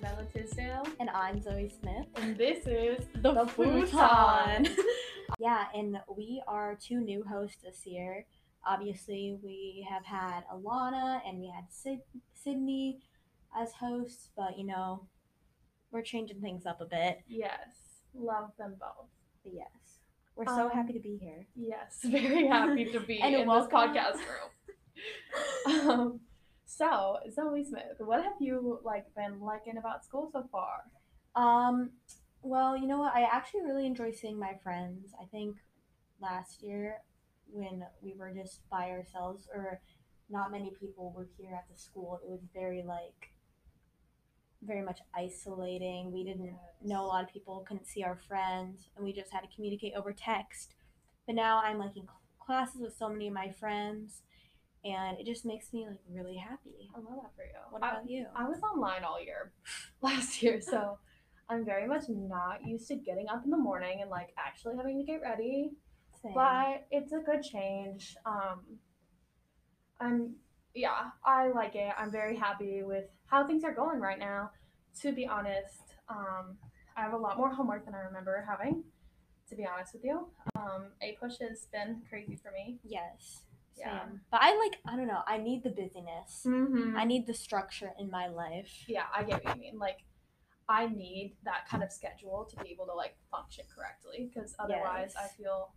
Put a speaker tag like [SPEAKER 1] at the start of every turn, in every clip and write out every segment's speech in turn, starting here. [SPEAKER 1] Bella Tisdale,
[SPEAKER 2] And I'm Zoe Smith.
[SPEAKER 1] and this is
[SPEAKER 2] The,
[SPEAKER 1] Futon.
[SPEAKER 2] yeah, and we are two new hosts this year. Obviously, we have had Alana and we had Sid- Sydney as hosts, but you know, we're changing things up a bit.
[SPEAKER 1] yes, love them both.
[SPEAKER 2] But yes, we're so
[SPEAKER 1] Um,
[SPEAKER 2] happy to be here.
[SPEAKER 1] Yes, very happy to be
[SPEAKER 2] And
[SPEAKER 1] in this
[SPEAKER 2] welcome.
[SPEAKER 1] podcast room. um, so, Zoe Smith, what have you like been liking about school so far?
[SPEAKER 2] Um, well, you know what? I actually really enjoy seeing my friends. I think last year when we were just by ourselves or not many people were here at the school, it was very like very much isolating. We didn't know a lot of people, couldn't see our friends, and we just had to communicate over text. But now I'm like in cl- classes with so many of my friends, and it just makes me like really happy.
[SPEAKER 1] I love that for you.
[SPEAKER 2] What
[SPEAKER 1] I-
[SPEAKER 2] about you?
[SPEAKER 1] I was online all year last year, so I'm very much not used to getting up in the morning and like actually having to get ready.
[SPEAKER 2] Same.
[SPEAKER 1] But it's a good change. Um I'm yeah, I like it. I'm very happy with how things are going right now. To be honest, um I have a lot more homework than I remember having, to be honest with you. Um A push has been crazy for me.
[SPEAKER 2] Yes.
[SPEAKER 1] Yeah.
[SPEAKER 2] Same. But I like, I don't know, I need the busyness.
[SPEAKER 1] Mm-hmm.
[SPEAKER 2] I need the structure in my life.
[SPEAKER 1] Yeah, I get what you mean. Like, I need that kind of schedule to be able to like function correctly, because otherwise, I
[SPEAKER 2] Yes.
[SPEAKER 1] feel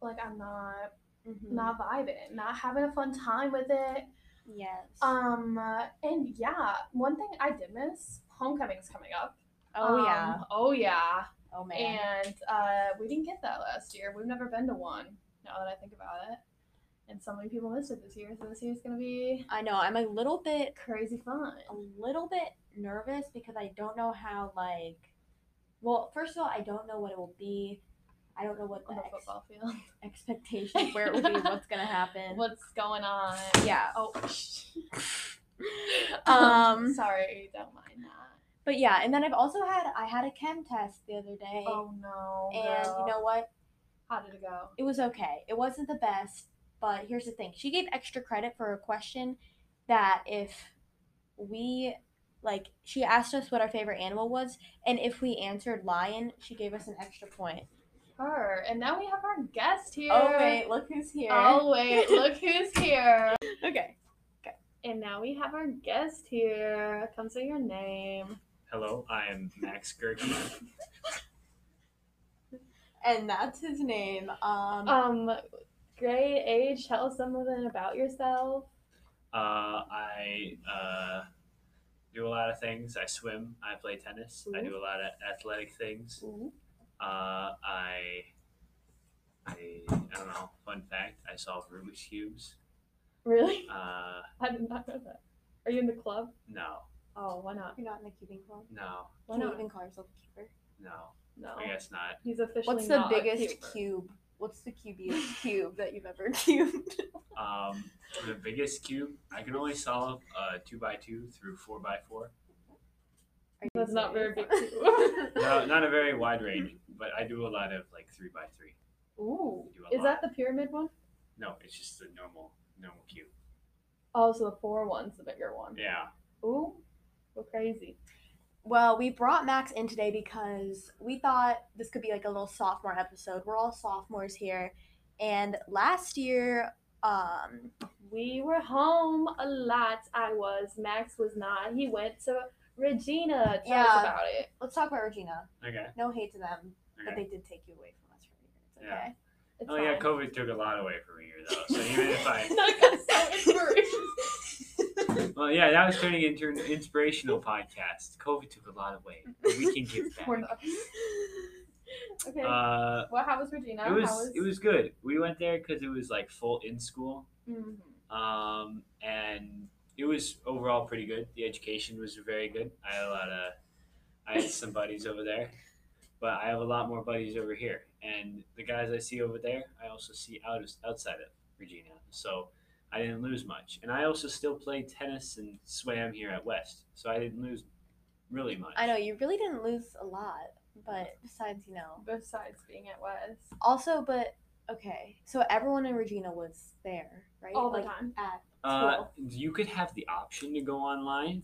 [SPEAKER 1] like I'm not
[SPEAKER 2] Mhm.
[SPEAKER 1] not vibing, not having a fun time with it.
[SPEAKER 2] Yes.
[SPEAKER 1] Um, uh, and yeah, one thing I did miss: homecoming's coming up.
[SPEAKER 2] oh,
[SPEAKER 1] Um,
[SPEAKER 2] yeah.
[SPEAKER 1] oh yeah,
[SPEAKER 2] Oh, man.
[SPEAKER 1] and uh, we didn't get that last year. We've never been to one. Now that I think about it, and so many people missed it this year. So this year's gonna be
[SPEAKER 2] I know. I'm a little bit,
[SPEAKER 1] crazy fun.
[SPEAKER 2] a little bit nervous because I don't know how, like, well, first of all, I don't know what it will be. I don't know what the,
[SPEAKER 1] On the
[SPEAKER 2] ex-
[SPEAKER 1] football field,
[SPEAKER 2] expectations, where it will be, what's going to happen.
[SPEAKER 1] what's going on?
[SPEAKER 2] yeah.
[SPEAKER 1] Oh,
[SPEAKER 2] Um,
[SPEAKER 1] sorry, don't mind that.
[SPEAKER 2] But yeah, and then I've also had, I had a chem test the other day.
[SPEAKER 1] Oh no.
[SPEAKER 2] and
[SPEAKER 1] girl.
[SPEAKER 2] you know what?
[SPEAKER 1] how did it go?
[SPEAKER 2] it was okay. It wasn't the best, but here's the thing. She gave extra credit for a question that if we like she asked us what our favorite animal was and if we answered lion, she gave us an extra point.
[SPEAKER 1] Her and now we have our guest here.
[SPEAKER 2] Oh wait, look who's here.
[SPEAKER 1] Oh wait, look who's here.
[SPEAKER 2] okay.
[SPEAKER 1] And now we have our guest here. Come say your name.
[SPEAKER 3] Hello, I am Max Gerke.
[SPEAKER 2] And that's his name. Um
[SPEAKER 1] Um, grade age. Tell us something about yourself.
[SPEAKER 3] Uh, I uh, do a lot of things. I swim. I play tennis. I do a lot of athletic things.
[SPEAKER 2] ooh,
[SPEAKER 3] Uh, I, I, I don't know. Fun fact: I solve Rubik's cubes.
[SPEAKER 1] Really?
[SPEAKER 3] Uh,
[SPEAKER 1] I did not know that. Are you in the club?
[SPEAKER 3] no,
[SPEAKER 1] Oh, why not?
[SPEAKER 2] you're not in the cubing club.
[SPEAKER 3] no,
[SPEAKER 1] Why
[SPEAKER 2] Can you
[SPEAKER 1] not?
[SPEAKER 2] even call yourself a cuber?
[SPEAKER 3] no.
[SPEAKER 1] No.
[SPEAKER 3] I guess not.
[SPEAKER 1] He's officially
[SPEAKER 2] What's the
[SPEAKER 1] not a
[SPEAKER 2] biggest
[SPEAKER 1] cuber.
[SPEAKER 2] cube? What's the cubiest cube that you've ever cubed?
[SPEAKER 3] Um, the biggest cube. I can only solve uh, two by two through four by four.
[SPEAKER 2] Are you
[SPEAKER 1] That's not very
[SPEAKER 2] serious?
[SPEAKER 1] big cube.
[SPEAKER 3] No, not a very wide range, but I do a lot of like three by three.
[SPEAKER 1] Ooh.
[SPEAKER 3] Do a
[SPEAKER 1] Is that
[SPEAKER 3] lot.
[SPEAKER 1] the pyramid one?
[SPEAKER 3] No, it's just a normal, normal cube.
[SPEAKER 1] Oh, so the four one's the bigger one.
[SPEAKER 3] Yeah.
[SPEAKER 1] Ooh, go crazy.
[SPEAKER 2] Well, we brought Max in today because we thought this could be like a little sophomore episode. We're all sophomores here. And last year, um,
[SPEAKER 1] We were home a lot. I was. Max was not. He went to Regina. Tell
[SPEAKER 2] Yeah.
[SPEAKER 1] us about it.
[SPEAKER 2] let's talk about Regina.
[SPEAKER 3] Okay.
[SPEAKER 2] No hate to them, but
[SPEAKER 3] Okay.
[SPEAKER 2] they did take you away from us for a year. It's
[SPEAKER 3] Yeah.
[SPEAKER 2] okay.
[SPEAKER 1] It's
[SPEAKER 3] Oh yeah,
[SPEAKER 1] fine.
[SPEAKER 3] COVID took a lot away from here though. So even if I,
[SPEAKER 1] That got so inspirational.
[SPEAKER 3] well, yeah, that was turning into an inspirational podcast. COVID took a lot away. but we can give back.
[SPEAKER 1] We're not- okay.
[SPEAKER 3] Uh,
[SPEAKER 1] well, how was Regina?
[SPEAKER 3] it
[SPEAKER 1] how
[SPEAKER 3] was
[SPEAKER 1] was,
[SPEAKER 3] it was good. We went there because it was like full in school,
[SPEAKER 1] Mhm.
[SPEAKER 3] um, and it was overall pretty good. The education was very good. I had a lot of, I had some buddies over there, but I have a lot more buddies over here. And the guys I see over there, I also see out outside of Regina. So I didn't lose much. And I also still played tennis and swam here at West. So I didn't lose really much.
[SPEAKER 2] I know you really didn't lose a lot, but besides, you know.
[SPEAKER 1] Besides being at West
[SPEAKER 2] Also, but okay. So everyone in Regina was there, right?
[SPEAKER 1] all the
[SPEAKER 2] Like,
[SPEAKER 1] time.
[SPEAKER 2] At
[SPEAKER 3] Uh, you could have the option to go online,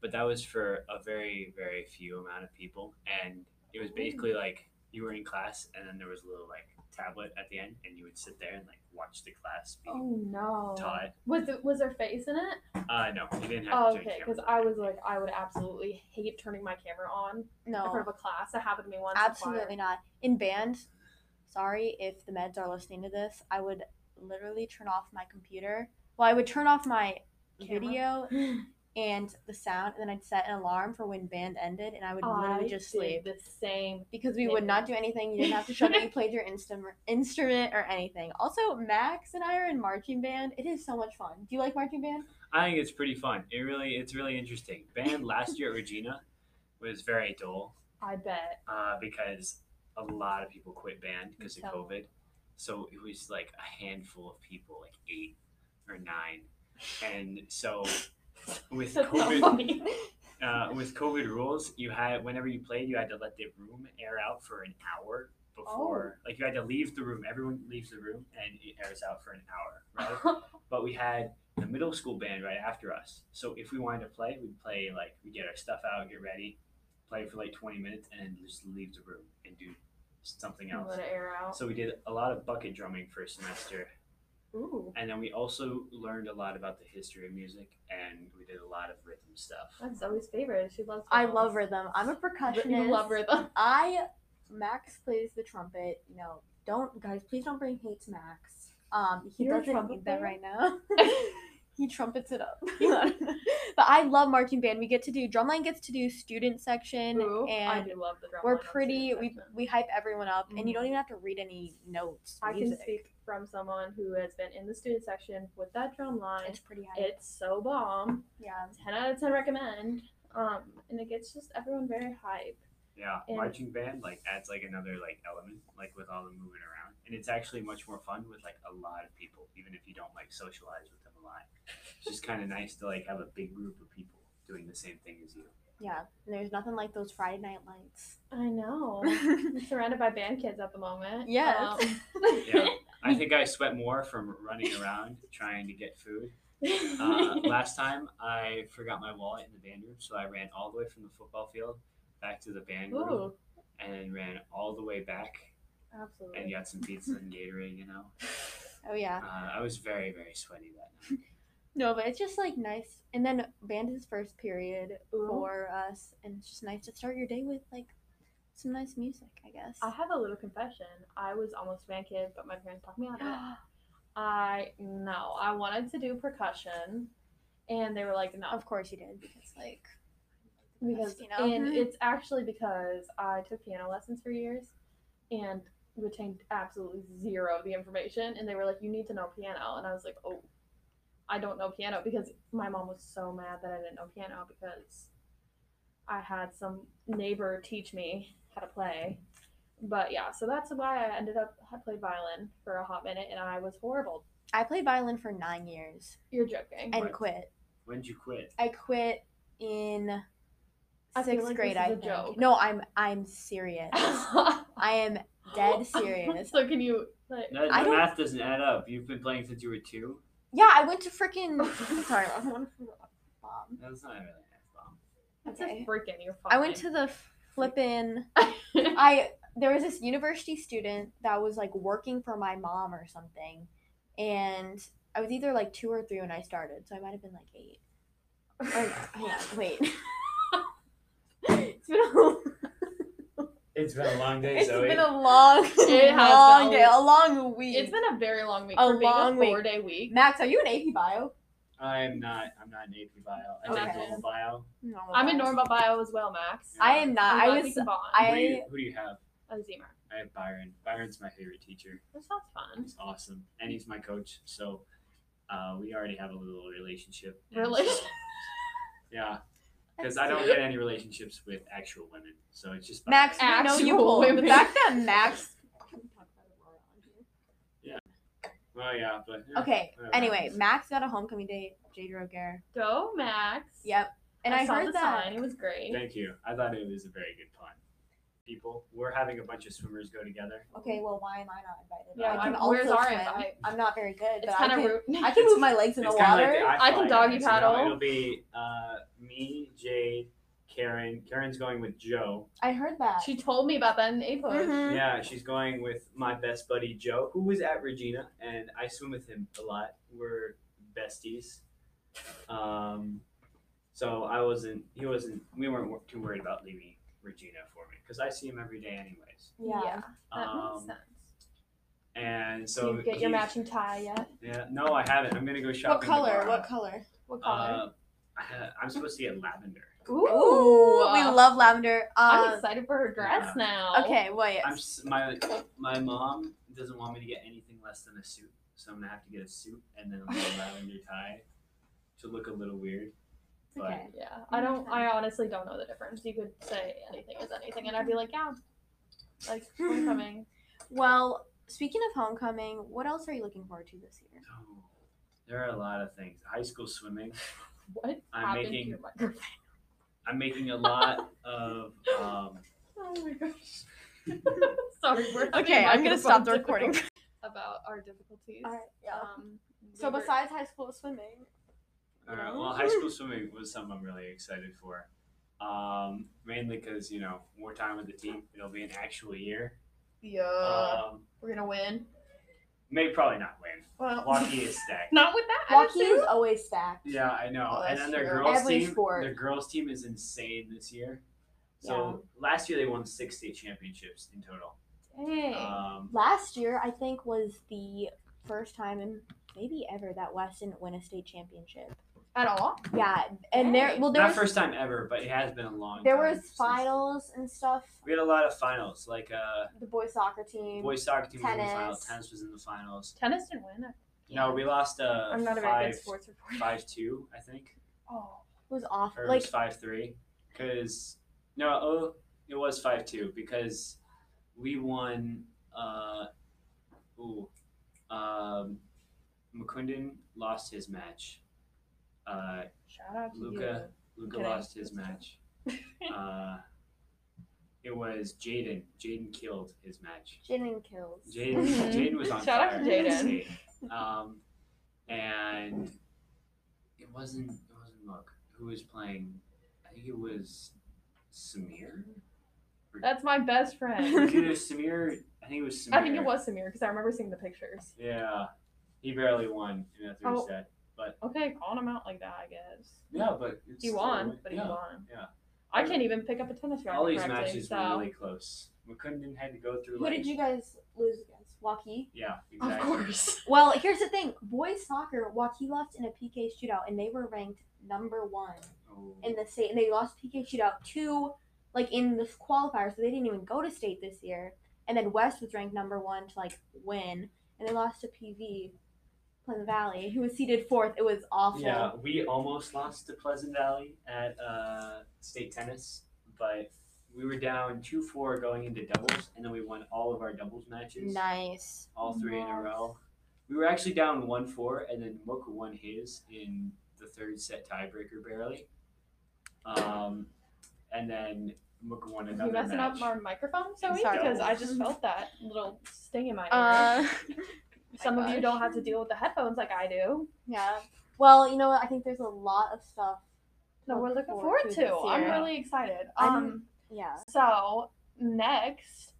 [SPEAKER 3] but that was for a very very few amount of people, and it was basically like you were in class, and then there was a little like tablet at the end, and you would sit there and like watch the class be
[SPEAKER 1] Oh no.
[SPEAKER 3] taught.
[SPEAKER 1] Was it, was there face in it?
[SPEAKER 3] Uh, no, you didn't have
[SPEAKER 1] Oh,
[SPEAKER 3] to turn
[SPEAKER 1] okay,
[SPEAKER 3] camera
[SPEAKER 1] because I was like, I would absolutely hate turning my camera on in front
[SPEAKER 2] No,
[SPEAKER 1] of a class. That happened to me once. in choir.
[SPEAKER 2] absolutely not. In band, sorry if the meds are listening to this, I would literally turn off my computer. Well, I would turn off my
[SPEAKER 1] Camera?
[SPEAKER 2] video and the sound, and then I'd set an alarm for when band ended, and I would literally
[SPEAKER 1] I
[SPEAKER 2] just
[SPEAKER 1] did
[SPEAKER 2] sleep.
[SPEAKER 1] The same.
[SPEAKER 2] because we would not do anything. You didn't have to show that you played your instrum- instrument or anything. Also, Max and I are in marching band. It is so much fun. Do you like marching band?
[SPEAKER 3] I think it's pretty fun. It really, it's really interesting. Band last year at Regina was very dull
[SPEAKER 1] I bet.
[SPEAKER 3] uh, because a lot of people quit band because of
[SPEAKER 1] Tell.
[SPEAKER 3] COVID. So it was like a handful of people, like eight or nine, and so with
[SPEAKER 1] That's not
[SPEAKER 3] COVID,
[SPEAKER 1] funny.
[SPEAKER 3] uh, with COVID rules, you had whenever you played, you had to let the room air out for an hour
[SPEAKER 1] Oh.
[SPEAKER 3] before, like you had to leave the room. Everyone leaves the room and it airs out for an hour, right? but we had the middle school band right after us. So if we wanted to play, we'd play like we get our stuff out, get ready, play for like 20 minutes, and then just leave the room and do something else.
[SPEAKER 1] Let it air out.
[SPEAKER 3] So we did a lot of bucket drumming for a semester,
[SPEAKER 1] Ooh,
[SPEAKER 3] and then we also learned a lot about the history of music, and we did a lot of rhythm stuff.
[SPEAKER 1] that's Zoe's favorite. She loves.
[SPEAKER 2] I love
[SPEAKER 1] rhythm.
[SPEAKER 2] rhythm. I'm a percussionist.
[SPEAKER 1] You love rhythm.
[SPEAKER 2] I Max plays the trumpet. You know, don't guys, please don't bring hate to Max. Um, he
[SPEAKER 1] You're a
[SPEAKER 2] doesn't
[SPEAKER 1] trumpet
[SPEAKER 2] need that
[SPEAKER 1] player?
[SPEAKER 2] right now. he trumpets it up. but I love marching band. We get to do drumline gets to do student section
[SPEAKER 1] Ooh, I
[SPEAKER 2] and
[SPEAKER 1] do love the drum.
[SPEAKER 2] we're
[SPEAKER 1] line upstairs
[SPEAKER 2] pretty we,
[SPEAKER 1] section.
[SPEAKER 2] we hype everyone up and you don't
[SPEAKER 1] Mhm.
[SPEAKER 2] even have to read any notes
[SPEAKER 1] I can
[SPEAKER 2] music.
[SPEAKER 1] speak from someone who has been in the student section with that drum line.
[SPEAKER 2] it's pretty hype
[SPEAKER 1] It's so bomb.
[SPEAKER 2] yeah
[SPEAKER 1] 10 out of 10 recommend. Um, and it gets just everyone very hype.
[SPEAKER 3] Yeah,
[SPEAKER 1] And-
[SPEAKER 3] marching band like adds like another like element like with all the moving around, and it's actually much more fun with like a lot of people, even if you don't like socialize with them a lot. It's just kind of nice to like have a big group of people doing the same thing as you.
[SPEAKER 2] yeah and there's nothing like those friday night lights
[SPEAKER 1] I know. I'm surrounded by band kids at the moment.
[SPEAKER 2] Yes.
[SPEAKER 1] Um,
[SPEAKER 3] Yeah, I think I sweat more from running around trying to get food.
[SPEAKER 1] Um,
[SPEAKER 3] Uh, last time I forgot my wallet in the band room, so I ran all the way from the football field back to the band room
[SPEAKER 1] Ooh,
[SPEAKER 3] and ran all the way back and
[SPEAKER 1] absolutely.
[SPEAKER 3] got some pizza and Gatorade. You know,
[SPEAKER 2] oh yeah
[SPEAKER 3] uh, I was very very sweaty that night.
[SPEAKER 2] no but it's just like nice and then band is first period
[SPEAKER 1] Ooh.
[SPEAKER 2] for us and it's just nice to start your day with like some nice music i guess
[SPEAKER 1] I have a little confession. I was almost a band kid, but my parents talked me out of it. I no, I wanted to do percussion, and they were like, no,
[SPEAKER 2] of course you did because like
[SPEAKER 1] because
[SPEAKER 2] you know
[SPEAKER 1] and it's actually because I took piano lessons for years, and retained absolutely zero of the information. And they were like, "You need to know piano," and I was like, "Oh, I don't know piano," because my mom was so mad that I didn't know piano because I had some neighbor teach me how to play. But yeah, so that's why I ended up I played violin for a hot minute, and I was horrible.
[SPEAKER 2] i played violin for nine years
[SPEAKER 1] You're joking.
[SPEAKER 2] and
[SPEAKER 3] Right.
[SPEAKER 2] quit
[SPEAKER 3] When did you quit?
[SPEAKER 2] I quit in
[SPEAKER 1] I feel
[SPEAKER 2] sixth
[SPEAKER 1] like
[SPEAKER 2] grade.
[SPEAKER 1] this is
[SPEAKER 2] I
[SPEAKER 1] a
[SPEAKER 2] think.
[SPEAKER 1] joke.
[SPEAKER 2] No, I'm I'm serious. I am dead serious.
[SPEAKER 1] so can you like?
[SPEAKER 3] No,
[SPEAKER 2] I
[SPEAKER 3] the
[SPEAKER 2] don't-
[SPEAKER 3] math doesn't add up. You've been playing since you were two.
[SPEAKER 2] Yeah, I went to freaking. Sorry, I went to bomb.
[SPEAKER 3] That's not really math bomb.
[SPEAKER 1] It's a
[SPEAKER 2] Okay.
[SPEAKER 1] freaking. You're fine.
[SPEAKER 2] I went to the flippin'. I there was this university student that was like working for my mom or something, and I was either like two or three when I started, so I might have been like eight. Or no, yeah, wait. it's been a
[SPEAKER 3] It's been a long day,
[SPEAKER 2] It's
[SPEAKER 3] Zoe.
[SPEAKER 2] been a long,
[SPEAKER 1] It has
[SPEAKER 2] long
[SPEAKER 1] been a-
[SPEAKER 2] day, a long week.
[SPEAKER 1] It's been a very long week.
[SPEAKER 2] A
[SPEAKER 1] for being
[SPEAKER 2] long
[SPEAKER 1] a
[SPEAKER 2] week.
[SPEAKER 1] four day week.
[SPEAKER 2] Max, are you an AP bio?
[SPEAKER 3] I'm not. I'm not an AP bio. I
[SPEAKER 1] Okay.
[SPEAKER 3] did normal bio.
[SPEAKER 2] No,
[SPEAKER 1] I'm in normal bio as well, Max.
[SPEAKER 2] I am not.
[SPEAKER 1] I'm
[SPEAKER 2] I
[SPEAKER 1] glad we
[SPEAKER 2] was.
[SPEAKER 1] can bond.
[SPEAKER 2] I-
[SPEAKER 3] Who do, you, who do you have?
[SPEAKER 1] a Zimmer.
[SPEAKER 3] I have Byron. Byron's my favorite teacher.
[SPEAKER 1] That sounds
[SPEAKER 2] Mm-hmm.
[SPEAKER 1] fun.
[SPEAKER 3] He's awesome, and he's my coach. So uh, we already have a little relationship. And-
[SPEAKER 1] Relationship?
[SPEAKER 3] Yeah, because I don't get any relationships with actual women, so it's just
[SPEAKER 2] Max,
[SPEAKER 3] Byron.
[SPEAKER 2] we know you
[SPEAKER 1] Actual
[SPEAKER 2] pull. The
[SPEAKER 1] women.
[SPEAKER 2] fact that Max.
[SPEAKER 3] Well, yeah, but eh,
[SPEAKER 2] Okay.
[SPEAKER 3] whatever.
[SPEAKER 2] Anyway, Max got a homecoming date. Jade Roger.
[SPEAKER 1] Go, Max.
[SPEAKER 2] Yep. And I,
[SPEAKER 1] saw
[SPEAKER 2] heard
[SPEAKER 1] the
[SPEAKER 2] that.
[SPEAKER 1] sign. It was great.
[SPEAKER 3] Thank you. I thought it was a very good pun. People, we're having a bunch of swimmers go together.
[SPEAKER 2] Okay. Well, why am I not invited?
[SPEAKER 1] Yeah,
[SPEAKER 2] I can
[SPEAKER 1] I'm-
[SPEAKER 2] also
[SPEAKER 1] where's our
[SPEAKER 2] swim.
[SPEAKER 1] invite?
[SPEAKER 2] I'm not very good,
[SPEAKER 1] It's
[SPEAKER 2] but I
[SPEAKER 1] kind of
[SPEAKER 2] can.
[SPEAKER 1] rude.
[SPEAKER 2] I can move my legs in the
[SPEAKER 3] It's kinda
[SPEAKER 2] water.
[SPEAKER 3] Like the
[SPEAKER 1] I can
[SPEAKER 3] iFly
[SPEAKER 1] doggy
[SPEAKER 3] guys, you know?
[SPEAKER 1] paddle.
[SPEAKER 3] It'll be uh, me me, Jade, Karen. Karen's going with Joe.
[SPEAKER 2] I heard that.
[SPEAKER 1] She told me about that in April.
[SPEAKER 2] Mhm.
[SPEAKER 3] Yeah, she's going with my best buddy Joe, who was at Regina, and I swim with him a lot. We're besties. Um, so I wasn't. He wasn't. We weren't wor- too worried about leaving Regina for me because I see him every day, anyways.
[SPEAKER 2] Yeah.
[SPEAKER 1] that makes
[SPEAKER 3] Um,
[SPEAKER 1] sense.
[SPEAKER 3] and so
[SPEAKER 1] you get your
[SPEAKER 3] he's-
[SPEAKER 1] matching tie yet?
[SPEAKER 3] Yeah. No, I haven't. I'm gonna go
[SPEAKER 4] What
[SPEAKER 3] shopping.
[SPEAKER 4] color?
[SPEAKER 3] tomorrow.
[SPEAKER 4] What color?
[SPEAKER 1] What color?
[SPEAKER 3] Uh, I ha- I'm supposed to get lavender.
[SPEAKER 1] Ooh,
[SPEAKER 4] we love lavender.
[SPEAKER 1] I'm
[SPEAKER 4] Um,
[SPEAKER 1] excited for her dress now.
[SPEAKER 4] okay, wait.
[SPEAKER 3] I'm s- my my mom doesn't want me to get anything less than a suit, so I'm gonna have to get a suit and then a little lavender tie to look a little weird. But
[SPEAKER 2] okay.
[SPEAKER 1] Yeah, I don't. I honestly don't know the difference. You could say anything is anything, and I'd be like, yeah, like homecoming.
[SPEAKER 4] Well,
[SPEAKER 2] Speaking of homecoming, what else are you looking forward to this year?
[SPEAKER 3] oh, there are a lot of things. High school swimming.
[SPEAKER 1] What
[SPEAKER 3] I'm
[SPEAKER 1] happened
[SPEAKER 3] making-
[SPEAKER 1] to your microphone?
[SPEAKER 3] I'm making a lot of um,
[SPEAKER 1] Oh my gosh. Sorry, we're having
[SPEAKER 4] okay, I'm gonna stop the
[SPEAKER 1] microphone
[SPEAKER 4] recording.
[SPEAKER 1] difficulties about our difficulties. Um,
[SPEAKER 4] So
[SPEAKER 1] we were-
[SPEAKER 4] besides high school swimming,
[SPEAKER 3] All right. Well, high school swimming was something I'm really excited for. Um, mainly because you know more time with the team. It'll be an actual year.
[SPEAKER 1] yeah,
[SPEAKER 3] Um,
[SPEAKER 1] we're gonna win.
[SPEAKER 3] may probably not win.
[SPEAKER 1] Uh.
[SPEAKER 4] well,
[SPEAKER 3] Waukee is stacked.
[SPEAKER 1] Not with that
[SPEAKER 2] Walkie
[SPEAKER 1] attitude.
[SPEAKER 2] is always stacked.
[SPEAKER 3] Yeah, I know.
[SPEAKER 1] Oh,
[SPEAKER 3] and
[SPEAKER 1] that's
[SPEAKER 3] then their
[SPEAKER 1] true.
[SPEAKER 3] girls
[SPEAKER 2] Every
[SPEAKER 3] team,
[SPEAKER 2] sport.
[SPEAKER 3] their girls team is insane this year. So last year they won six state championships in total.
[SPEAKER 1] Dang.
[SPEAKER 3] Um,
[SPEAKER 2] Last year, I think, was the first time in maybe ever that West didn't win a state championship.
[SPEAKER 1] At all?
[SPEAKER 2] Yeah, and there,
[SPEAKER 1] Dang.
[SPEAKER 2] well, there
[SPEAKER 3] not
[SPEAKER 2] was
[SPEAKER 3] first time ever, but it has been a long.
[SPEAKER 2] there
[SPEAKER 3] time
[SPEAKER 2] was
[SPEAKER 3] since-
[SPEAKER 2] finals and stuff.
[SPEAKER 3] We had a lot of finals. Like uh,
[SPEAKER 2] The boys soccer team.
[SPEAKER 3] boys soccer team was in the finals.
[SPEAKER 2] Tennis.
[SPEAKER 3] Tennis was in the finals.
[SPEAKER 1] Tennis didn't win.
[SPEAKER 3] No, we lost. Uh,
[SPEAKER 1] I'm not a very
[SPEAKER 3] five,
[SPEAKER 1] good sports reporter.
[SPEAKER 3] five two, I think,
[SPEAKER 1] Oh,
[SPEAKER 2] was awful.
[SPEAKER 3] or it
[SPEAKER 2] Like
[SPEAKER 3] was five three, because no, oh, it was five two because we won. Uh, ooh, um, McQuindon lost his match. Uh,
[SPEAKER 1] shout out to
[SPEAKER 3] Luca. Luca
[SPEAKER 1] Can I-
[SPEAKER 3] lost his match. uh, it was Jaden. Jaden killed his match.
[SPEAKER 2] Jaden kills.
[SPEAKER 3] Jaden
[SPEAKER 1] Mhm.
[SPEAKER 3] Jaden was on
[SPEAKER 1] Shout out
[SPEAKER 3] fire.
[SPEAKER 1] to Jaden.
[SPEAKER 3] Jaden. Um, and it wasn't it wasn't Luke who was playing. I think it was Samir.
[SPEAKER 1] you. That's my best
[SPEAKER 3] It was
[SPEAKER 1] friend.
[SPEAKER 3] either Samir. I think it was Samir.
[SPEAKER 1] I think it was Samir because I remember seeing the pictures.
[SPEAKER 3] Yeah, he barely won in a three
[SPEAKER 1] Oh.
[SPEAKER 3] set.
[SPEAKER 1] Okay, calling him out like that, I guess.
[SPEAKER 3] Yeah, but it's
[SPEAKER 1] He
[SPEAKER 3] still-
[SPEAKER 1] won, but he
[SPEAKER 3] yeah.
[SPEAKER 1] won.
[SPEAKER 3] yeah.
[SPEAKER 1] I can't even pick up a tennis racket
[SPEAKER 3] All these
[SPEAKER 1] correctly,
[SPEAKER 3] matches
[SPEAKER 1] so.
[SPEAKER 3] were really close. McClendon had to go through.
[SPEAKER 2] Who
[SPEAKER 3] like,
[SPEAKER 2] did you guys lose against? Waukee.
[SPEAKER 3] Yeah,
[SPEAKER 1] Of
[SPEAKER 3] exactly.
[SPEAKER 1] course.
[SPEAKER 2] Well, here's the thing: boys soccer, Waukee lost in a PK shootout, and they were ranked number one
[SPEAKER 3] Oh.
[SPEAKER 2] in the state, and they lost PK shootout two, like in the qualifier, so they didn't even go to state this year. And then West was ranked number one to like win, and they lost to PV, Pleasant Valley, who was seeded fourth. It was awful.
[SPEAKER 3] Yeah, we almost lost to Pleasant Valley at uh, state tennis, but we were down two four going into doubles, and then we won all of our doubles matches,
[SPEAKER 2] Nice.
[SPEAKER 3] all three in a
[SPEAKER 1] Nice.
[SPEAKER 3] row. We were actually down one four, and then Mook won his in the third set tiebreaker barely. Um, and then Mook won
[SPEAKER 1] Are you
[SPEAKER 3] another
[SPEAKER 1] messing
[SPEAKER 3] match.
[SPEAKER 1] up our microphone, Zoe?
[SPEAKER 4] Sorry.
[SPEAKER 1] Because I just felt that little sting in my ear.
[SPEAKER 4] uh,
[SPEAKER 1] Some of you
[SPEAKER 4] gosh.
[SPEAKER 1] don't have to deal with the headphones like I do.
[SPEAKER 2] Yeah. Well, you know what? I think there's a lot of stuff.
[SPEAKER 1] So we're looking
[SPEAKER 2] Look
[SPEAKER 1] forward to.
[SPEAKER 2] this
[SPEAKER 1] I'm
[SPEAKER 2] year.
[SPEAKER 3] year.
[SPEAKER 1] really excited.
[SPEAKER 2] I'm-
[SPEAKER 1] Um,
[SPEAKER 2] Yeah.
[SPEAKER 1] so next,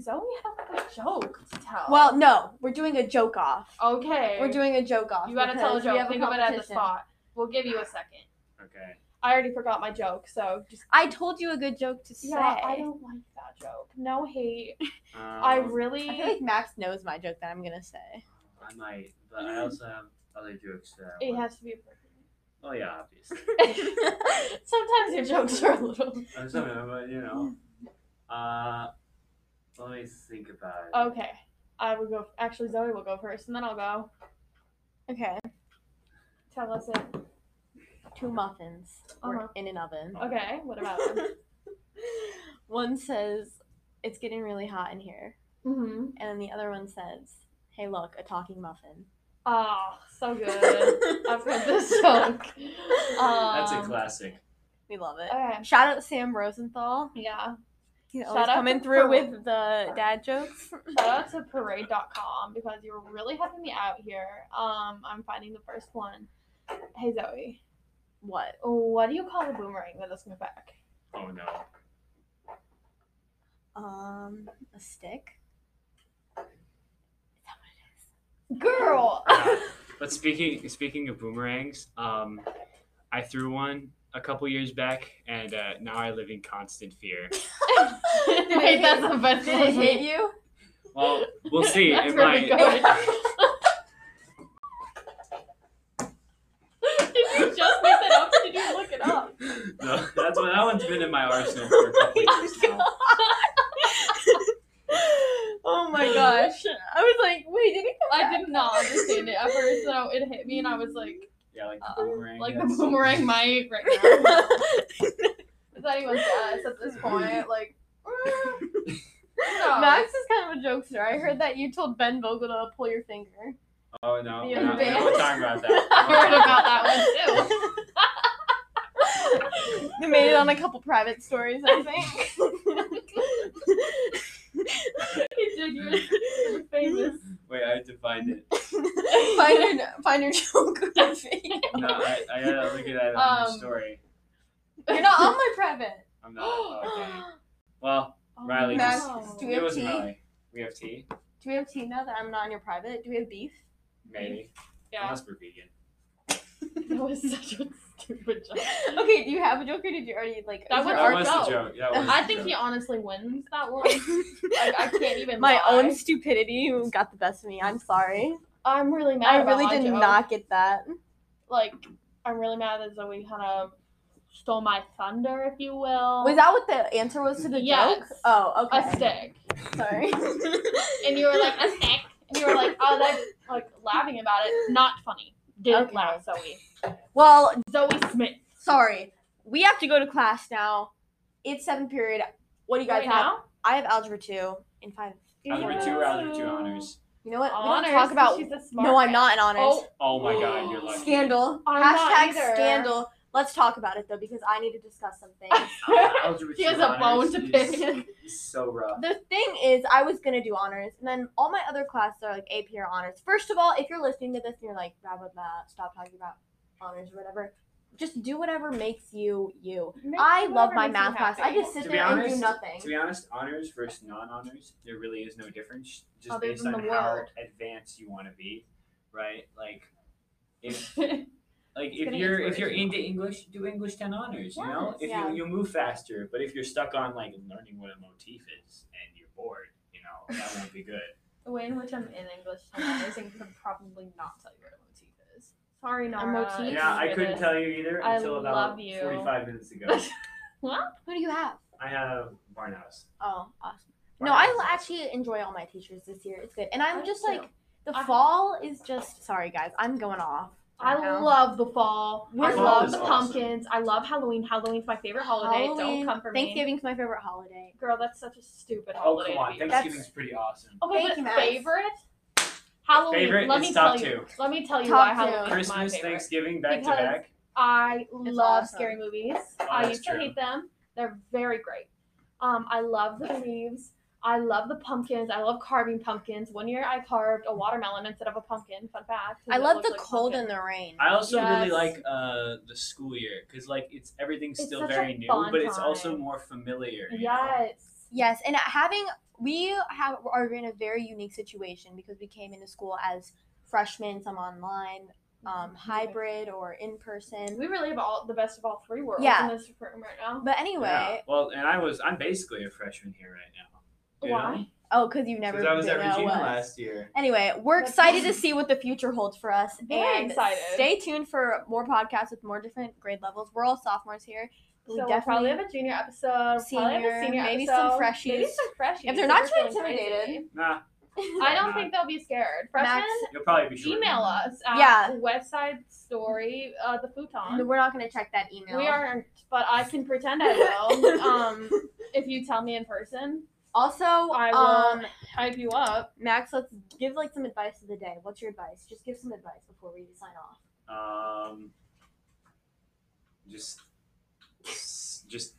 [SPEAKER 1] Zoe has a joke to tell.
[SPEAKER 4] well, no, we're doing a joke off.
[SPEAKER 1] Uh, okay,
[SPEAKER 4] We're doing a joke off.
[SPEAKER 1] You gotta tell a
[SPEAKER 4] because we
[SPEAKER 1] joke.
[SPEAKER 4] have
[SPEAKER 1] Think of it at the
[SPEAKER 4] competition.
[SPEAKER 1] spot. We'll give you a second.
[SPEAKER 3] okay.
[SPEAKER 1] I already forgot my joke, so just
[SPEAKER 4] I told you a good joke to say.
[SPEAKER 1] yeah. I don't like that joke. No hate. I
[SPEAKER 3] Um,
[SPEAKER 1] really.
[SPEAKER 4] I feel like Max knows my joke that I'm gonna say.
[SPEAKER 3] I might, but I also have other jokes that. I
[SPEAKER 1] it
[SPEAKER 3] want.
[SPEAKER 1] has to be appropriate.
[SPEAKER 3] Oh yeah, obviously.
[SPEAKER 1] Sometimes your jokes are a little.
[SPEAKER 3] I don't know, but you
[SPEAKER 1] Mm.
[SPEAKER 3] know. Uh, let me think about it.
[SPEAKER 1] Okay, I will go. Actually, Zoe will go first, and then I'll go.
[SPEAKER 4] Okay.
[SPEAKER 1] Tell us it.
[SPEAKER 2] Two muffins were
[SPEAKER 1] Uh-huh.
[SPEAKER 2] in an oven.
[SPEAKER 1] Okay, what about them?
[SPEAKER 2] One says, "It's getting really hot in here,"
[SPEAKER 1] Mm-hmm.
[SPEAKER 2] and then the other one says, "Hey, look, a talking muffin." Uh,
[SPEAKER 1] Oh, so good. I've heard this joke. Um,
[SPEAKER 3] That's a classic.
[SPEAKER 2] We love it.
[SPEAKER 1] Okay.
[SPEAKER 2] Shout out Sam Rosenthal.
[SPEAKER 1] Yeah.
[SPEAKER 2] He's
[SPEAKER 1] Shout
[SPEAKER 2] always
[SPEAKER 1] out
[SPEAKER 2] coming
[SPEAKER 1] to
[SPEAKER 2] through
[SPEAKER 1] Pearl.
[SPEAKER 2] with the dad jokes.
[SPEAKER 1] Shout out to parade.com because you were really helping me out here. Um, I'm finding the first one. Hey Zoe.
[SPEAKER 2] What?
[SPEAKER 1] What do you call a boomerang that doesn't go back?
[SPEAKER 3] Oh no.
[SPEAKER 2] Um, a stick.
[SPEAKER 1] Girl.
[SPEAKER 3] Uh, but speaking speaking of boomerangs, um, I threw one a couple years back, and uh, now I live in constant fear.
[SPEAKER 5] Wait, that's
[SPEAKER 2] the best. Did it hit you?
[SPEAKER 3] Well, we'll see.
[SPEAKER 1] That's
[SPEAKER 3] it
[SPEAKER 1] where we
[SPEAKER 3] might.
[SPEAKER 1] Did you just make that up? or Did you look it up?
[SPEAKER 3] No, that's what that one's been in my arsenal for a couple years now.
[SPEAKER 2] oh my gosh! I was like, wait, did it come
[SPEAKER 1] I
[SPEAKER 2] back?
[SPEAKER 1] did not understand it at first, so it hit me, and I was like,
[SPEAKER 3] Yeah, like the
[SPEAKER 2] Uh,
[SPEAKER 3] boomerang.
[SPEAKER 1] like the
[SPEAKER 3] that's-
[SPEAKER 1] boomerang might right now. Is anyone guess at this point? Like, mm, no.
[SPEAKER 2] Max is kind of a jokester. I heard that you told Ben Vogel to pull your finger.
[SPEAKER 3] Oh no,
[SPEAKER 1] The
[SPEAKER 3] we're not, we're not
[SPEAKER 1] advanced-
[SPEAKER 3] talking
[SPEAKER 1] I
[SPEAKER 3] about
[SPEAKER 1] heard
[SPEAKER 3] that.
[SPEAKER 1] about that one too.
[SPEAKER 2] They made it on a couple private stories, I think.
[SPEAKER 1] He did. You were famous.
[SPEAKER 3] Wait, I have to find it.
[SPEAKER 2] find your find your joke. on your finger.
[SPEAKER 3] No, I, I gotta look at that on your
[SPEAKER 1] Um,
[SPEAKER 3] story.
[SPEAKER 2] You're not on my private.
[SPEAKER 3] I'm not. Oh, dang. Well,
[SPEAKER 1] Oh,
[SPEAKER 3] Riley
[SPEAKER 2] Max,
[SPEAKER 1] just-
[SPEAKER 2] do we
[SPEAKER 3] it
[SPEAKER 2] have
[SPEAKER 3] wasn't
[SPEAKER 2] tea?
[SPEAKER 3] Riley. We have tea,
[SPEAKER 2] Do we have tea now that I'm not on your private? Do we have beef?
[SPEAKER 3] maybe.
[SPEAKER 1] yeah,
[SPEAKER 3] Unless we're vegan.
[SPEAKER 1] that was such a stupid joke.
[SPEAKER 2] Okay, do you have a joke or did you already like?
[SPEAKER 1] That
[SPEAKER 2] is
[SPEAKER 1] was
[SPEAKER 2] there
[SPEAKER 3] That
[SPEAKER 1] our
[SPEAKER 2] already-
[SPEAKER 3] was the
[SPEAKER 1] joke.
[SPEAKER 3] joke. That was
[SPEAKER 1] I
[SPEAKER 3] the
[SPEAKER 1] think he
[SPEAKER 3] joke.
[SPEAKER 1] honestly wins that one. Like, I can't even.
[SPEAKER 2] my
[SPEAKER 1] lie.
[SPEAKER 2] own stupidity got the best of me. I'm sorry.
[SPEAKER 1] I'm really mad.
[SPEAKER 2] I
[SPEAKER 1] about
[SPEAKER 2] really
[SPEAKER 1] my
[SPEAKER 2] did
[SPEAKER 1] joke.
[SPEAKER 2] not get that.
[SPEAKER 1] like. I'm really mad that Zoe kind of stole my thunder, if you will.
[SPEAKER 2] Was that what the answer was to the
[SPEAKER 1] Uh, Yes.
[SPEAKER 2] joke? Oh, okay.
[SPEAKER 1] a stick?
[SPEAKER 2] Sorry.
[SPEAKER 1] And you were like a stick, and you were like, oh, like, like laughing about it. Not funny. Didn't
[SPEAKER 2] Okay.
[SPEAKER 1] laugh, Zoe.
[SPEAKER 2] well,
[SPEAKER 1] Zoe Smith.
[SPEAKER 2] sorry. We have to go to class now. It's seventh period. What do you guys
[SPEAKER 1] Right
[SPEAKER 2] have?
[SPEAKER 1] now?
[SPEAKER 2] I have algebra two in five.
[SPEAKER 3] Algebra two or algebra two honors.
[SPEAKER 2] You know what?
[SPEAKER 1] Honors.
[SPEAKER 2] we don't talk about.
[SPEAKER 1] She's a smart
[SPEAKER 2] No, I'm
[SPEAKER 1] kid.
[SPEAKER 2] not in honors.
[SPEAKER 1] Oh,
[SPEAKER 3] Oh my god, you're lucky.
[SPEAKER 2] Scandal.
[SPEAKER 1] I'm not
[SPEAKER 2] Hashtag
[SPEAKER 1] either.
[SPEAKER 2] scandal. Let's talk about it though, because I need to discuss something.
[SPEAKER 3] Uh, algebra
[SPEAKER 1] She
[SPEAKER 3] two
[SPEAKER 1] has a bone
[SPEAKER 3] honors
[SPEAKER 1] to
[SPEAKER 3] is
[SPEAKER 1] pick.
[SPEAKER 3] So rough.
[SPEAKER 2] the thing is, I was gonna do honors, and then all my other classes are like AP or honors. First of all, if you're listening to this and you're like, blah blah blah, stop talking about honors or whatever, just do whatever makes you you. I love my math class. I just sit
[SPEAKER 3] To be
[SPEAKER 2] there and
[SPEAKER 3] honest,
[SPEAKER 2] do nothing.
[SPEAKER 3] To be honest, honors versus non-honors, there really is no difference, just
[SPEAKER 1] Other
[SPEAKER 3] based
[SPEAKER 1] than
[SPEAKER 3] on
[SPEAKER 1] the
[SPEAKER 3] how
[SPEAKER 1] word.
[SPEAKER 3] advanced you want to be, right? Like, if
[SPEAKER 1] just.
[SPEAKER 3] like
[SPEAKER 1] It's
[SPEAKER 3] if
[SPEAKER 1] getting
[SPEAKER 3] you're if you're
[SPEAKER 1] inspirational.
[SPEAKER 3] into English, do English ten honors. You know,
[SPEAKER 1] Yes.
[SPEAKER 3] if
[SPEAKER 2] Yeah.
[SPEAKER 3] you you move faster, but if you're stuck on like learning what a motif is and you're bored, you know that won't be good.
[SPEAKER 1] The way in which I'm in English I think could probably not tell you what a motif is. Sorry, Nara.
[SPEAKER 2] motif?
[SPEAKER 1] if
[SPEAKER 3] yeah,
[SPEAKER 1] you
[SPEAKER 3] I
[SPEAKER 1] hear
[SPEAKER 3] couldn't
[SPEAKER 1] this.
[SPEAKER 3] tell you either
[SPEAKER 1] I
[SPEAKER 3] until about
[SPEAKER 1] love you.
[SPEAKER 3] forty-five minutes ago.
[SPEAKER 2] Who do you have?
[SPEAKER 3] I have Barnhouse.
[SPEAKER 2] Oh, awesome. No, I l- actually enjoy all my teachers this year. It's good, and I'm
[SPEAKER 1] I
[SPEAKER 2] just
[SPEAKER 1] do.
[SPEAKER 2] like the
[SPEAKER 1] I-
[SPEAKER 2] fall is just. Sorry guys, I'm going off. right
[SPEAKER 1] I
[SPEAKER 2] now.
[SPEAKER 1] love the fall.
[SPEAKER 2] Our
[SPEAKER 1] I
[SPEAKER 2] fall
[SPEAKER 1] love
[SPEAKER 2] is
[SPEAKER 1] the
[SPEAKER 3] awesome.
[SPEAKER 1] pumpkins. I love Halloween. Halloween's my favorite holiday. Don't
[SPEAKER 2] Halloween,
[SPEAKER 1] come for me.
[SPEAKER 2] Thanksgiving's my favorite holiday.
[SPEAKER 1] Girl, that's such a stupid
[SPEAKER 3] Oh
[SPEAKER 1] holiday.
[SPEAKER 3] come on,
[SPEAKER 1] to be.
[SPEAKER 2] That's-
[SPEAKER 3] Thanksgiving's pretty awesome.
[SPEAKER 1] Okay,
[SPEAKER 2] Thank
[SPEAKER 1] but
[SPEAKER 2] you, Max.
[SPEAKER 1] favorite? Halloween.
[SPEAKER 3] Favorite
[SPEAKER 1] Let
[SPEAKER 3] is
[SPEAKER 1] me
[SPEAKER 3] top
[SPEAKER 1] tell you.
[SPEAKER 3] two.
[SPEAKER 1] Let me tell you
[SPEAKER 2] Top
[SPEAKER 1] why Halloween
[SPEAKER 2] two.
[SPEAKER 1] is my
[SPEAKER 3] Christmas,
[SPEAKER 1] favorite.
[SPEAKER 3] Thanksgiving, back
[SPEAKER 1] Because-
[SPEAKER 3] to back.
[SPEAKER 1] I love
[SPEAKER 2] awesome.
[SPEAKER 1] scary movies. I
[SPEAKER 3] Oh, that's
[SPEAKER 1] used to
[SPEAKER 3] true.
[SPEAKER 1] hate them. They're very great. Um, I love the leaves. I love the pumpkins. I love carving pumpkins. One year I carved a watermelon instead of a pumpkin. Fun fact. 'cause
[SPEAKER 2] I
[SPEAKER 1] it
[SPEAKER 2] love
[SPEAKER 1] looked
[SPEAKER 2] the
[SPEAKER 1] like a
[SPEAKER 2] cold
[SPEAKER 1] pumpkin.
[SPEAKER 2] and the rain.
[SPEAKER 3] I also really
[SPEAKER 1] Yes.
[SPEAKER 3] like uh, the school year because like it's everything's
[SPEAKER 1] It's
[SPEAKER 3] still
[SPEAKER 1] such a
[SPEAKER 3] very new,
[SPEAKER 1] fun
[SPEAKER 3] but it's also
[SPEAKER 1] time.
[SPEAKER 3] more familiar. You know?
[SPEAKER 1] Yes.
[SPEAKER 2] Yes, and having we have are in a very unique situation because we came into school as freshmen, some online,
[SPEAKER 1] Mm-hmm.
[SPEAKER 2] um, hybrid or in person.
[SPEAKER 1] We really have all the best of all three worlds
[SPEAKER 2] Yeah.
[SPEAKER 1] in this room right now.
[SPEAKER 2] But anyway,
[SPEAKER 3] Yeah. Well, and I was I'm basically a freshman here right now. you know?
[SPEAKER 1] Why?
[SPEAKER 2] oh, because you never.
[SPEAKER 3] Because I was at
[SPEAKER 2] been- uh,
[SPEAKER 3] Regina
[SPEAKER 2] was.
[SPEAKER 3] last year.
[SPEAKER 2] Anyway, we're
[SPEAKER 1] That's
[SPEAKER 2] excited to
[SPEAKER 1] awesome.
[SPEAKER 2] see what the future holds for us.
[SPEAKER 1] Very
[SPEAKER 2] and
[SPEAKER 1] excited.
[SPEAKER 2] Stay tuned for more podcasts with more different grade levels. We're all sophomores here. but we
[SPEAKER 1] so we'll
[SPEAKER 2] definitely
[SPEAKER 1] probably have a junior episode. probably have
[SPEAKER 2] Senior,
[SPEAKER 1] a senior
[SPEAKER 2] maybe some
[SPEAKER 1] episode,
[SPEAKER 2] freshies.
[SPEAKER 1] Maybe some freshies.
[SPEAKER 2] If they're not
[SPEAKER 1] we're
[SPEAKER 2] too
[SPEAKER 1] feeling
[SPEAKER 2] intimidated.
[SPEAKER 1] crazy.
[SPEAKER 3] Nah,
[SPEAKER 1] I
[SPEAKER 3] Nah.
[SPEAKER 1] don't think they'll be scared. Freshmen,
[SPEAKER 2] Max,
[SPEAKER 3] you'll probably be short.
[SPEAKER 1] email us at
[SPEAKER 2] Yeah.
[SPEAKER 1] Westside Story, uh, the
[SPEAKER 2] No,
[SPEAKER 1] futon.
[SPEAKER 2] we're not going to check that email.
[SPEAKER 1] We aren't, but I can pretend I will. um, if you tell me in person,
[SPEAKER 2] Also,
[SPEAKER 1] I
[SPEAKER 2] um,
[SPEAKER 1] will hype you up.
[SPEAKER 2] Max, let's give like some advice of the day. What's your advice? Just give some advice before we sign off.
[SPEAKER 3] Um, just just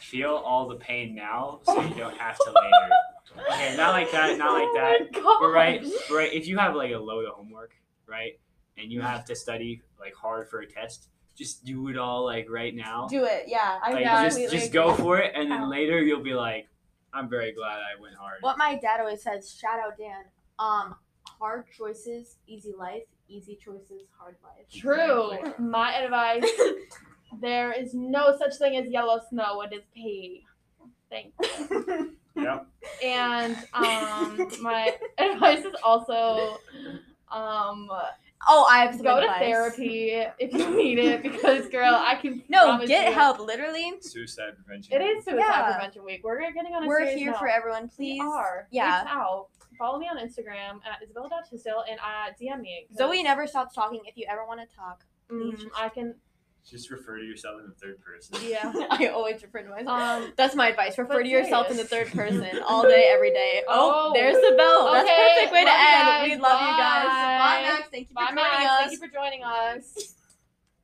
[SPEAKER 3] feel all the pain now, so you don't have to later. Okay, not like that. Not
[SPEAKER 1] Oh
[SPEAKER 3] like that. But right, but right. If you have like a load of homework, right, and you have to study like hard for a test, just do it all like right now.
[SPEAKER 2] Do it. Yeah. I
[SPEAKER 3] like
[SPEAKER 1] know,
[SPEAKER 3] just
[SPEAKER 2] completely
[SPEAKER 3] just
[SPEAKER 2] agree.
[SPEAKER 3] go for it, and
[SPEAKER 1] Ow.
[SPEAKER 3] then later you'll be like, I'm very glad I went hard.
[SPEAKER 2] What my dad always says, shout out Dan. Um, hard choices, easy life. Easy choices, hard life.
[SPEAKER 1] True.
[SPEAKER 3] Exactly.
[SPEAKER 1] My advice there is no such thing as yellow snow. It is pee. Thank
[SPEAKER 3] Yep.
[SPEAKER 1] And um, my advice is also um,
[SPEAKER 2] Oh, I have some
[SPEAKER 1] go to
[SPEAKER 2] advice.
[SPEAKER 1] therapy if you need it because, girl, I can
[SPEAKER 2] No,
[SPEAKER 1] promise
[SPEAKER 2] get
[SPEAKER 1] you-
[SPEAKER 2] help. Literally,
[SPEAKER 3] Suicide prevention.
[SPEAKER 1] It is suicide
[SPEAKER 2] Yeah.
[SPEAKER 1] prevention week. We're getting on a
[SPEAKER 2] we're
[SPEAKER 1] serious
[SPEAKER 2] here
[SPEAKER 1] note.
[SPEAKER 2] for everyone. Please.
[SPEAKER 1] We are.
[SPEAKER 2] Yeah.
[SPEAKER 1] Reach out. Follow me on Instagram at Isabella.Tisdale and uh, DM me. 'cause,
[SPEAKER 2] Zoe never stops talking. If you ever want to talk,
[SPEAKER 1] mm,
[SPEAKER 2] please.
[SPEAKER 1] I can.
[SPEAKER 3] Just refer to yourself in the third person.
[SPEAKER 1] Yeah.
[SPEAKER 2] I always refer to myself.
[SPEAKER 1] Um,
[SPEAKER 2] That's my advice. Refer
[SPEAKER 1] But
[SPEAKER 2] to yourself in the third
[SPEAKER 3] serious.
[SPEAKER 2] person all day, every day. Oh,
[SPEAKER 1] Oh.
[SPEAKER 2] there's the bell. That's a
[SPEAKER 1] Okay,
[SPEAKER 2] perfect way to
[SPEAKER 1] love you
[SPEAKER 2] end.
[SPEAKER 1] guys.
[SPEAKER 2] We love you guys.
[SPEAKER 1] Bye.
[SPEAKER 2] Bye, Max. Thank you for
[SPEAKER 1] bye,
[SPEAKER 2] joining
[SPEAKER 1] Max.
[SPEAKER 2] us.
[SPEAKER 1] Thank you for joining us.